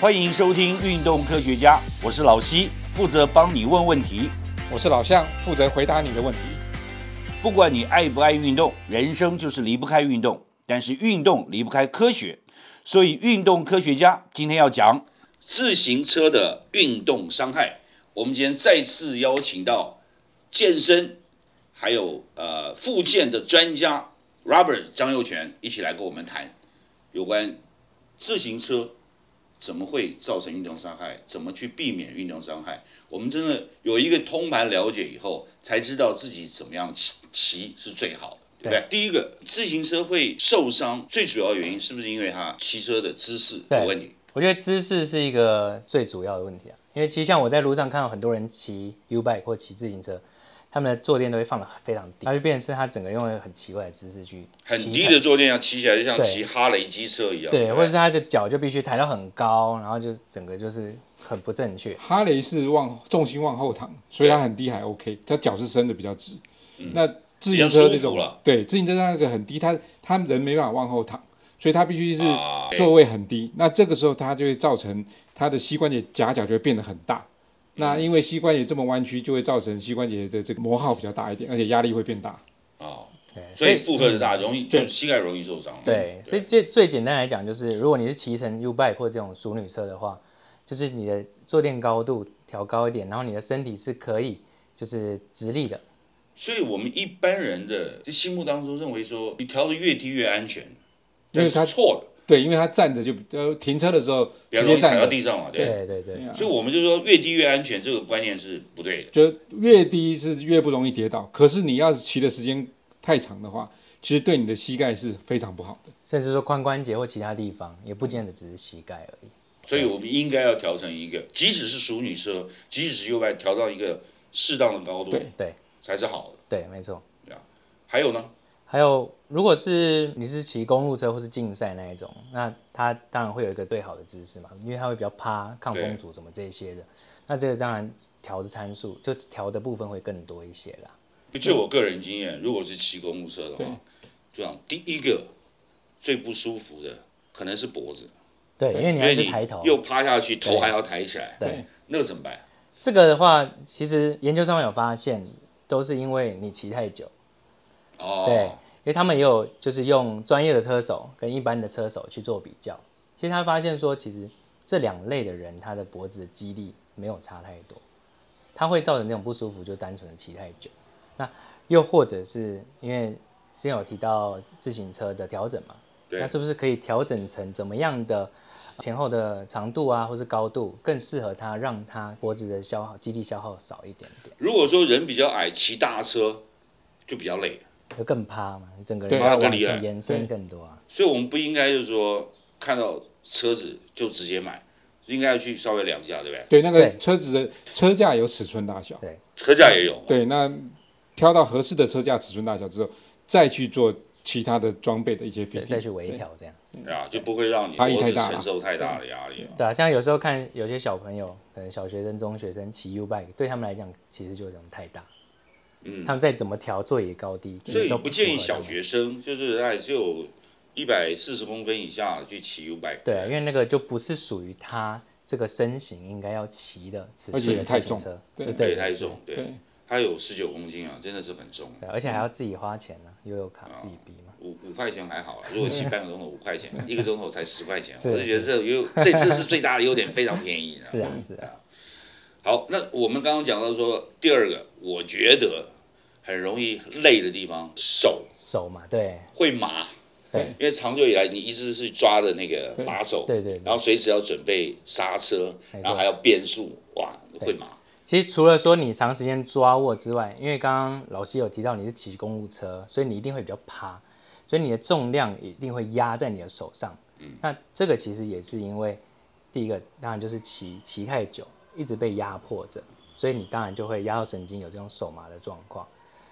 欢迎收听《运动科学家》，我是老西，负责帮你问问题。我是老向，负责回答你的问题。不管你爱不爱运动，人生就是离不开运动，但是运动离不开科学，所以运动科学家今天要讲自行车的运动伤害。我们今天再次邀请到健身还有呃复健的专家 Robert 张佑全一起来跟我们谈有关自行车怎么会造成运动伤害，怎么去避免运动伤害。我们真的有一个通盘了解以后，才知道自己怎么样骑骑是最好的，对不对？第一个，自行车会受伤，最主要原因是不是因为它骑车的姿势有问题？我觉得姿势是一个最主要的问题啊，因为其实像我在路上看到很多人骑 U bike 或骑自行车，他们的坐垫都会放的非常低，它就变成是他整个用了很奇怪的姿势去很骑低踩的坐垫要骑起来就像对骑哈雷机车一样，对，不或者是他的脚就必须抬到很高，然后就整个就是很不正嗯确。哈雷是往重心往后躺，所以它很低还 OK，它脚是伸的比较直。那自行嗯比较车这舒服种啦，对，自行车它那个很低，它它人没办法往后躺，所以它必须是啊座位很低。那这个时候它就会造成它的膝关节夹角就会变得很大。嗯那因为膝关节这么弯曲，就会造成膝关节的这个磨耗比较大一点，而且压力会变大。啊，对，所以负荷的大，容易就对是膝盖容易受伤。对，所以这最简单来讲就是，如果你是骑乘 U bike 或这种淑女车的话，就是你的坐垫高度调高一点，然后你的身体是可以就是直立的。所以我们一般人的心目当中认为说，你调的越低越安全，因为它但是错了，对，因为它站着就呃停车的时候比较直容接易踩站到着，地上嘛，对。对对对，对啊所以我们就说越低越安全，这个观念是不对的。就越低是越不容易跌倒。可是你要是骑的时间太长的话，其实对你的膝盖是非常不好的。甚至说髋关节或其他地方，也不见得只是膝盖而已。所以我们应该要调成一个，即使是熟女车，即使是 U 外调到一个适当的高度，对对才是好的。对，没错。还有呢，还有，如果是你是骑公路车或是竞赛那一种，那它当然会有一个最好的姿势嘛，因为它会比较趴、抗风阻什么这一些的。那这个当然调的参数，就调的部分会更多一些啦。就我个人经验，如果是骑公路车的对话，这样第一个最不舒服的可能是脖子，对，因为你因还为是你抬头。又趴下去，头对还要抬起来，对，那个怎么办？这个的话，其实研究上面有发现，都是因为你骑太久。对哦，，因为他们也有就是用专业的车手跟一般的车手去做比较，其实他发现说，其实这两类的人他的脖子的肌力没有差太多，他会造成那种不舒服，就单纯的骑太久。那又或者是因为之前有提到自行车的调整嘛，对那是不是可以调整成怎么样的前后的长度啊，或是高度更适合他，让他脖子的消耗肌力消耗少一点点，如果说人比较矮，骑大车就比较累，就更趴嘛，整个对人要趴得往厉害前延对伸更多啊。所以我们不应该就是说看到车子就直接买，应该要去稍微量一下，对不对？对，那个对车子的车架有尺寸大小，对车架也有，对，那挑到合适的车架尺寸大小之后，再去做其他的装备的一些再 fitting，再去微对调这样。啊，就不会让你压力脖太子大承了受太大的压力了。对啊，像有时候看有些小朋友，可能小学生、中学生骑 U bike，对他们来讲其实就有点太大。嗯，他们再怎么调座椅高低，其所实以都不符建议合小他们。学生就是哎只有一百四十公分以下去骑 U bike，对啊，因为那个就不是属于他这个身形应该要骑的尺而且寸也的太自行重车，呃对对，嗯太是重，对对，它有十九公斤啊，真的是很重。对，而且还要自己花钱呢、悠游哦卡自己逼嘛。五五块钱还好啊 啦，如果骑半个钟头五块钱，一个钟头才十块钱，是我就觉得这优这这是最大的优点，非常便宜。嗯 是啊，是啊，好，那我们刚刚讲到说，第二个，我觉得很容易累的地方，手手嘛，对，会麻。对，因为长久以来你一直是抓着那个把手，对对对然后随时要准备刹车，没错然后还要变速，哇，会麻。其实除了说你长时间抓握之外，因为刚刚老师有提到你是骑公路车，所以你一定会比较趴，所以你的重量一定会压在你的手上。嗯，那这个其实也是因为第一个，当然就是骑骑太久，一直被压迫着，所以你当然就会压到神经有这种手麻的状况。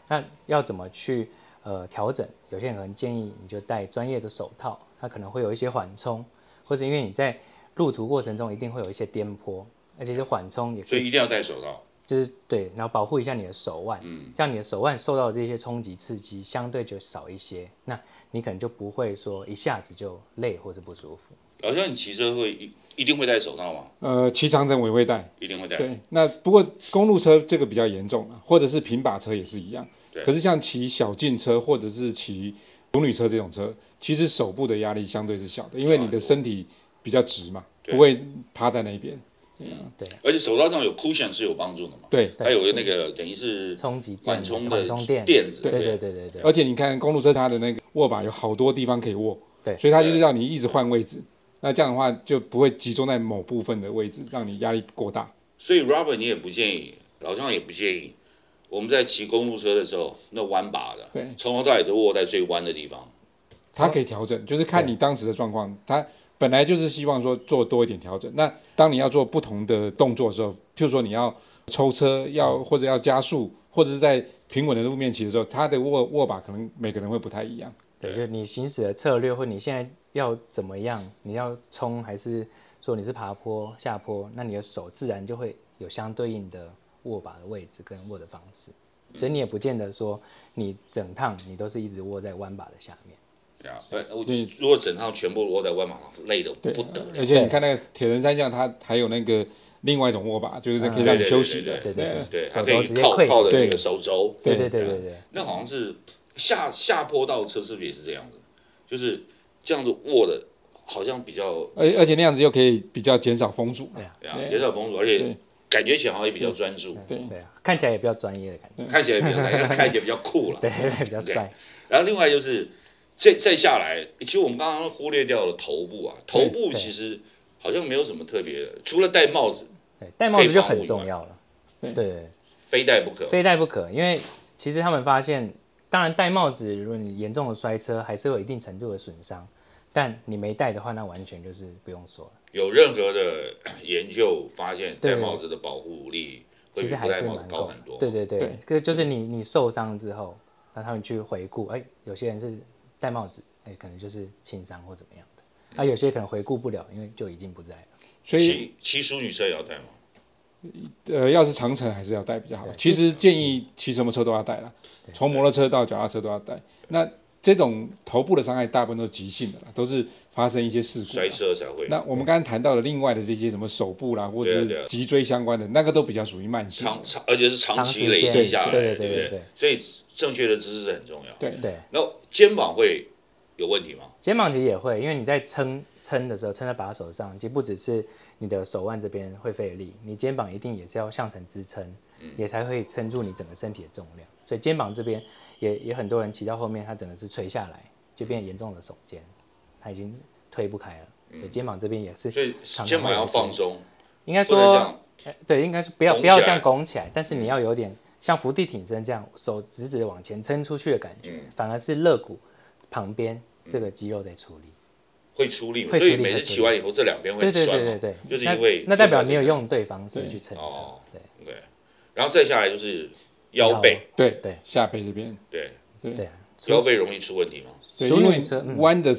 那要怎么去呃调整？有些人可能建议你就戴专业的手套，它可能会有一些缓冲，或者因为你在路途过程中一定会有一些颠簸，而且是缓冲也可以所以一定要戴手套。就是对，然后保护一下你的手腕，嗯，这样你的手腕受到这些冲击刺激相对就少一些，那你可能就不会说一下子就累或是不舒服。老像你骑车会一一定会戴手套吗？呃，骑长城我也会带。一定会戴。对，那不过公路车这个比较严重了，或者是平把车也是一样对。可是像骑小径车或者是骑淑女车这种车，其实手部的压力相对是小的，因为你的身体比较直嘛，对不会趴在那边。而且手套上有 cushion 是有帮助的嘛，对，还有那个等于是冲击电缓冲的缓冲垫，垫子，对对对对对对，而且你看公路车它的那个握把有好多地方可以握，对所以它就是让你一直换位置。那这样的话就不会集中在某部分的位置，让你压力过大。所以 Robert 你也不建议，老张也不建议，我们在骑公路车的时候，那弯把的，对从头到尾都握在最弯的地方。它可以调整，就是看你当时的状况。它本来就是希望说做多一点调整。那当你要做不同的动作的时候，譬如说你要抽车，要嗯或者要加速，或者是在平稳的路面骑的时候，它的握握把可能每个人会不太一样。对，就是你行驶的策略，或你现在要怎么样，你要冲还是说你是爬坡、下坡，那你的手自然就会有相对应的握把的位置跟握的方式，所以你也不见得说你整趟你都是一直握在弯把的下面。对啊，呃我对如果整套全部握在弯马上，累得对不得了。而且你看那个铁人三项，它还有那个另外一种握把，就是可以让你休息的。嗯对对对对，手它可肘以直接靠溃靠的那对个手肘，对对对对啊对，那好像是下下坡道车是不是也是这样子？就是这样子握的，好像比较而而且那样子又可以比较减少风阻。对啊，减少风阻，而且对感觉起来好像也比较专注，对对啊，看起来也比较专业的感觉，看起来比较帅， 看起来比较酷了。对对 对，比较帅。然后另外就是再再下来，其实我们刚刚忽略掉了头部啊，头部对其实好像没有什么特别的，除了戴帽子，对，戴帽子就很重要了。对对对，非戴不可。非戴不可，因为其实他们发现，当然戴帽子，如果你严重的摔车，还是会有一定程度的损伤，但你没戴的话，那完全就是不用说了，有任何的 研究发现，对戴帽子的保护力会其比实不还戴是帽子蛮高够的很多。。对对对对，可就是你你受伤之后，那他们去回顾，哎，有些人是戴帽子，哎，可能就是轻伤或怎么样的，啊，有些可能回顾不了，因为就已经不在了。所以骑骑淑女车也要戴吗？呃，要是长城还是要带比较好。其实建议骑什么车都要带啦，从摩托车到脚踏车都要带。那这种头部的伤害大部分都是急性的啦，都是发生一些事啊故啦摔。车才会。那我们刚刚谈到的另外的这些什么手部啦，或者对啊对啊是脊椎相关的，那个都比较属于慢性的。长长，而且是长长期时累积间下来，对对不对对对？所以正确的姿势很重要。对，对，那肩膀会有问题吗？肩膀其实也会，因为你在撑撑的时候，撑在把手上，其实不只是你的手腕这边会费力，你肩膀一定也是要向前支撑，嗯也才会撑住你整个身体的重量。所以肩膀这边也也很多人骑到后面，他整个是垂下来，就变严重的耸肩，他已经推不开了。所以肩膀这边也是嗯所以常常肩会有膀要放松，松，应该不能这说样。哎对，应该是不要拱不要起这样来嗯拱起来，但是你要有点像伏地挺身这样，手直直的往前撑出去的感觉，嗯反而是肋骨旁边这个肌肉在处理。会出力嘛，会所以出力每会次出骑完以后，这两边会对很对酸对嘛对对，就是那因为那代表你有用对方式对去撑哦着，对，然后再下来就是腰背，对对下背这边，对，对对啊，腰背容易出问题吗？对，熟因为女车嗯弯的，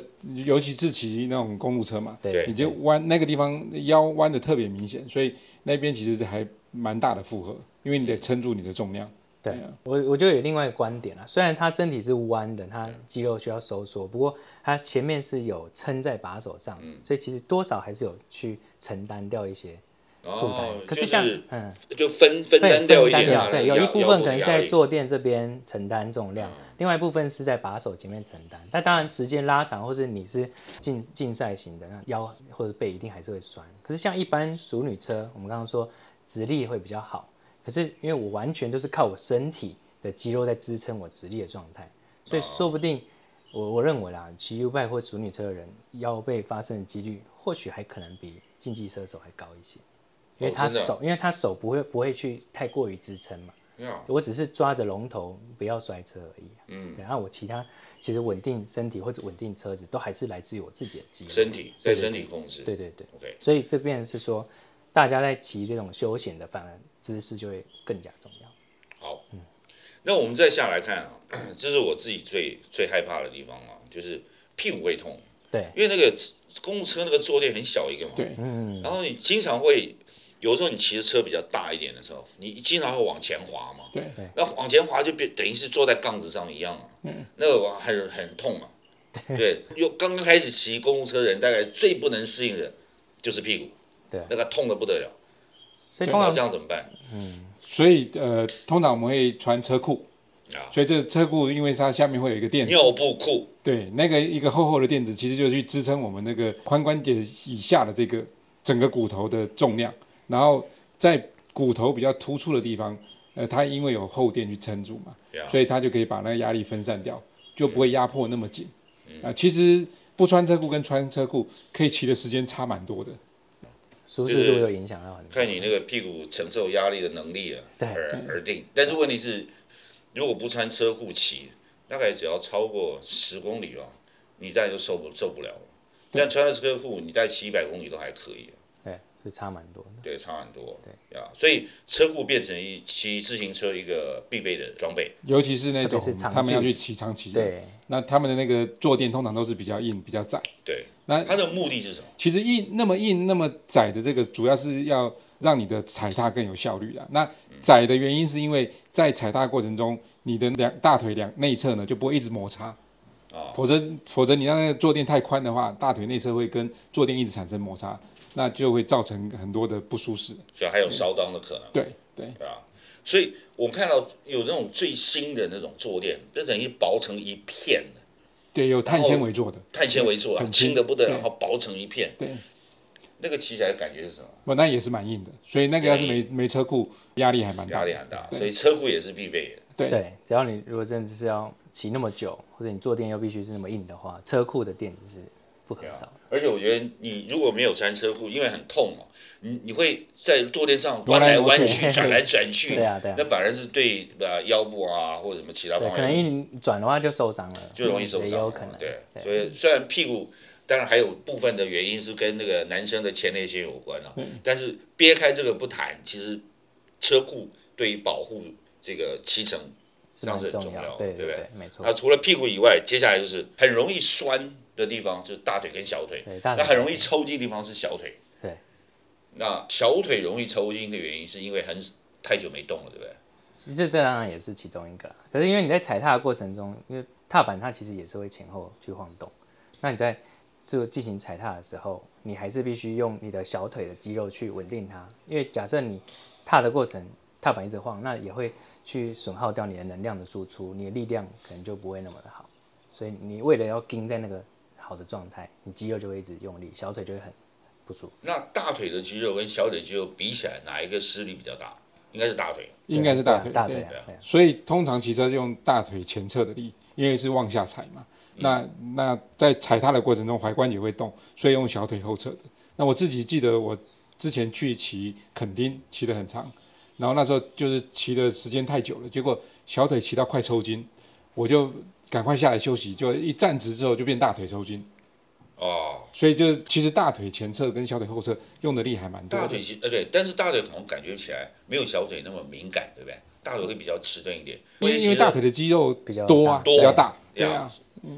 尤其是骑那种公路车嘛，对对你就弯那个地方腰弯的特别明显，所以那边其实是还蛮大的负荷，因为你得撑住你的重量。对对啊，我我就有另外一个观点啦，虽然他身体是弯的，嗯他肌肉需要收缩，不过他前面是有撑在把手上，嗯所以其实多少还是有去承担掉一些负哦担。，可就是像嗯。就分分担对，掉一担点掉啊，对，腰有一部分可能是在，腰坐垫这边承担重量，嗯另外一部分是在把手前面承担。但当然时间拉长，或是你是竞竞赛型的，那腰或者背一定还是会酸。可是像一般熟女车，我们刚刚说直立会比较好，可是因为我完全就是靠我身体的肌肉在支撑我直立的状态，所以哦说不定我我认为啦，骑 U 拜或熟女车的人腰背发生的几率，或许还可能比竞技车手还高一些。因为哦他真的啊手，因为他手不会不会去太过于支撑嘛，力啊我只是抓着龙头不要摔车而已、嗯嗯，然后我其他其实稳定身体或者稳定车子都还是来自于我自己的肌肉。身体在身体控制，对对对， ，OK，所以这边是说，大家在骑这种休闲的，反而姿势就会更加重要。好，那我们再下来看啊， 这是我自己最最害怕的地方啊，就是屁股会痛，对，因为那个公务车那个坐垫很小一个嘛，对，嗯，然后你经常会有时候你骑的车比较大一点的时候，你经常会往前滑嘛，对，那往前滑就变等于是坐在杠子上一样啊，那个往很很痛啊。对，又刚刚开始骑公务车的人，大概最不能适应的就是屁股，对那个痛的不得了。所以通那这常样怎么办？所以呃，通常我们会穿车裤啊，所以这车裤因为它下面会有一个垫子，尿布裤对，那个一个厚厚的垫子，其实就去支撑我们那个髋关节以下的这个整个骨头的重量，然后在骨头比较突出的地方，呃，它因为有厚垫去撑住嘛 Yeah. 所以它就可以把那个压力分散掉，就不会压迫那么紧。啊、其实不穿车裤跟穿车裤可以骑的时间差蛮多的。舒就适是度有影响到很多。看你那个屁股承受压力的能力啊，对而而定。但是问题是，如果不穿车裤骑，大概只要超过十公里啊，你大概就受不受不了了。但穿了车裤，你大概骑一百公里都还可以啊、对，是差蛮多的。对，差很多。对呀，所以车库变成一骑自行车一个必备的装备。尤其是那特别种是长他们距要离去骑长骑，，啊对，那他们的那个坐垫通常都是比较硬、比较窄。对，那它的目的是什么？其实硬那么硬那么窄的这个，主要是要让你的踩踏更有效率啦。那窄的原因是因为在踩踏过程中，你的两大腿两内侧呢就不会一直摩擦，哦否则否则你让那个坐垫太宽的话，大腿内侧会跟坐垫一直产生摩擦，那就会造成很多的不舒适。所以还有烧裆的可能，对对，对吧？所以我看到有那种最新的那种坐垫，那等于薄成一片的对，有碳纤维做的，碳纤维做啊，很轻轻的不得了，对然后薄成一片，对，那个骑起来感觉是什么？不那也是蛮硬的，所以那个要是没没车库，压力还蛮大压的，力很大，嗯所以车库也是必备的。对对，只要你如果真的是要骑那么久，或者你坐垫又必须是那么硬的话，车库的垫子是不可对少的啊。，而且我觉得你如果没有穿车裤，因为很痛嘛，你你会在坐垫上挪弯来来挪弯去去、 转来转去，对啊对啊那反而是对呃腰部啊或者什么其他对，方可能面一转的话就受伤了，就容易受伤，也有可能。对，所以虽然屁股。当然还有部分的原因是跟那个男生的前列腺有关啊，嗯但是憋开这个不谈，其实车库对于保护这个骑乘是蛮这样是很重重要对对不对对，没错那。啊除了屁股以外，接下来就是很容易酸的地方，就是大腿跟小腿。对大腿那很容易抽筋的地方是小腿。对。那小腿容易抽筋的原因是因为很太久没动了，对不对？其实这当然也是其中一个啦。可是因为你在踩踏的过程中，因为踏板它其实也是会前后去晃动，那你在做进行踩踏的时候，你还是必须用你的小腿的肌肉去稳定它，因为假设你踏的过程踏板一直晃，那也会去损耗掉你的能量的输出，你的力量可能就不会那么的好。所以你为了要盯在那个好的状态，你肌肉就会一直用力，小腿就会很不舒服。那大腿的肌肉跟小腿肌肉比起来，哪一个施力比较大？应该是大腿。应该是大腿，对啊大对腿啊，对啊所以通常骑车就用大腿前侧的力，因为是往下踩嘛。那那在踩踏的过程中，踝关节会动，所以用小腿后侧的。那我自己记得我之前去骑垦丁，骑得很长，然后那时候就是骑的时间太久了，结果小腿骑到快抽筋，我就赶快下来休息，就一站直之后就变大腿抽筋。哦，所以就是其实大腿前侧跟小腿后侧用的力还蛮多大的。腿肌呃对，但是大腿好像感觉起来没有小腿那么敏感，对不对？大腿会比较迟钝一点，因为因为其实大腿的肌肉比较多啊，大比较大，对对啊啊，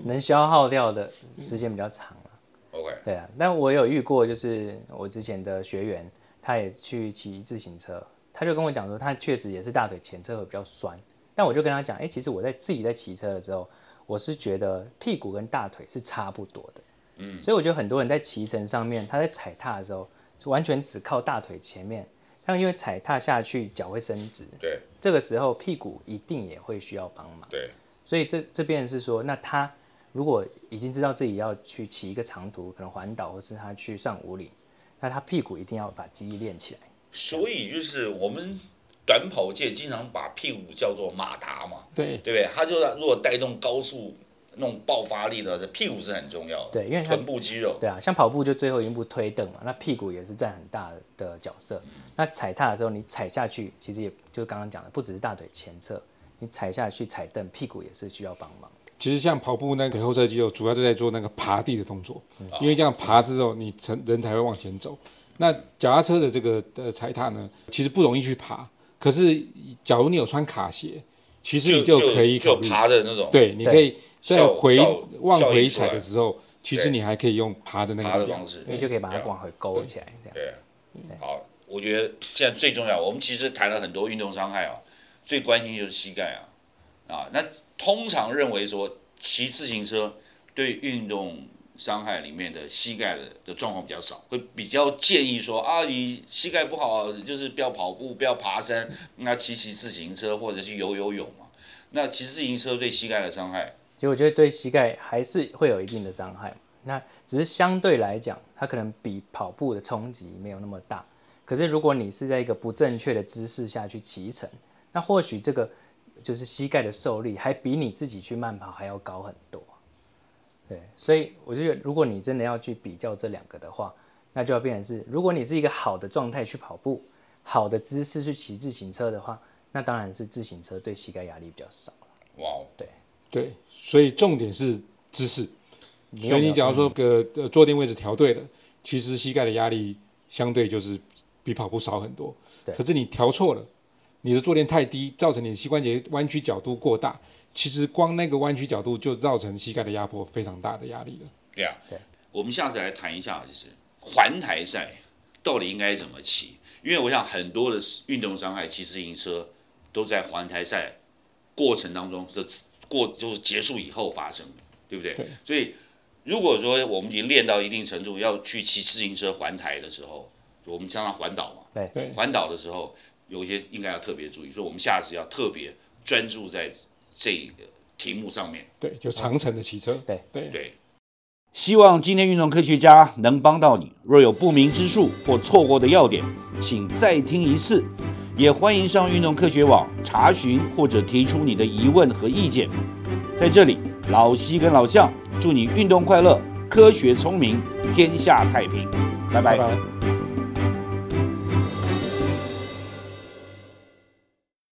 能消耗掉的时间比较长了。 OK，对啊，但我有遇过，就是我之前的学员，他也去骑自行车，他就跟我讲说，他确实也是大腿前侧会比较酸。但我就跟他讲，哎、其实我在自己在骑车的时候，我是觉得屁股跟大腿是差不多的。嗯，所以我觉得很多人在骑乘上面，他在踩踏的时候，是完全只靠大腿前面，但因为踩踏下去脚会伸直，对这个时候屁股一定也会需要帮忙。对，所以这这边是说，那他如果已经知道自己要去骑一个长途，可能环岛或是他去上五岭，那他屁股一定要把肌力练起来。所以就是我们短跑界经常把屁股叫做马达嘛，对。啊对不对？它就是如果带动高速那种爆发力的，屁股是很重要的，对因为它臀部肌肉，对啊，像跑步就最后一步推蹬嘛，那屁股也是占很大的角色。那踩踏的时候，你踩下去，其实也就是刚刚讲的，不只是大腿前侧，你踩下去踩蹬，屁股也是需要帮忙。其实像跑步那个后侧肌肉，主要就在做那个爬地的动作，嗯因为这样爬之后，你成人才会往前走。那脚踏车的这个呃踩踏呢，其实不容易去爬，可是假如你有穿卡鞋，其实你就可以就考虑，爬的那种对，你可以在效回效往效回益出踩来的时候，其实对你还可以用爬的那爬个的力量方。式，你就可以把它对啊往回勾起来，这样对子。，好，我觉得现在最重要，我们其实谈了很多运动伤害啊，最关心就是膝盖啊，啊，那通常认为说骑自行车对运动伤害里面的膝盖的的状况比较少，会比较建议说啊，你膝盖不好就是不要跑步，不要爬山，那骑骑自行车或者去游游泳嘛。那骑自行车对膝盖的伤害，其实我觉得对膝盖还是会有一定的伤害，那只是相对来讲，它可能比跑步的冲击没有那么大。可是如果你是在一个不正确的姿势下去骑乘，那或许这个就是膝盖的受力还比你自己去慢跑还要高很多。对，所以我就觉得，如果你真的要去比较这两个的话，那就要变成是，如果你是一个好的状态去跑步，好的姿势去骑自行车的话，那当然是自行车对膝盖压力比较少。哇哦，对，所以重点是姿势。没有所以没你有假如说个呃坐垫位置调对了，其实膝盖的压力相对就是比跑步少很多。对可是你调错了，你的坐垫太低，造成你的膝关节弯曲角度过大，其实光那个弯曲角度就造成膝盖的压迫非常大的压力了。对啊，对，我们下次来谈一下，就是环台赛到底应该怎么骑？因为我想很多的运动伤害，骑自行车都在环台赛过程当中，这过就是结束以后发生的，对不对？对所以如果说我们已经练到一定程度，要去骑自行车环台的时候，我们常常环岛嘛，对，环岛的时候，有一些应该要特别注意，所以我们下次要特别专注在这个题目上面。对，就长程的骑车。对对。对，希望今天运动科学家能帮到你。若有不明之处或错过的要点，请再听一次。也欢迎上运动科学网查询或者提出你的疑问和意见。在这里，老西跟老向祝你运动快乐，科学聪明，天下太平。拜拜拜拜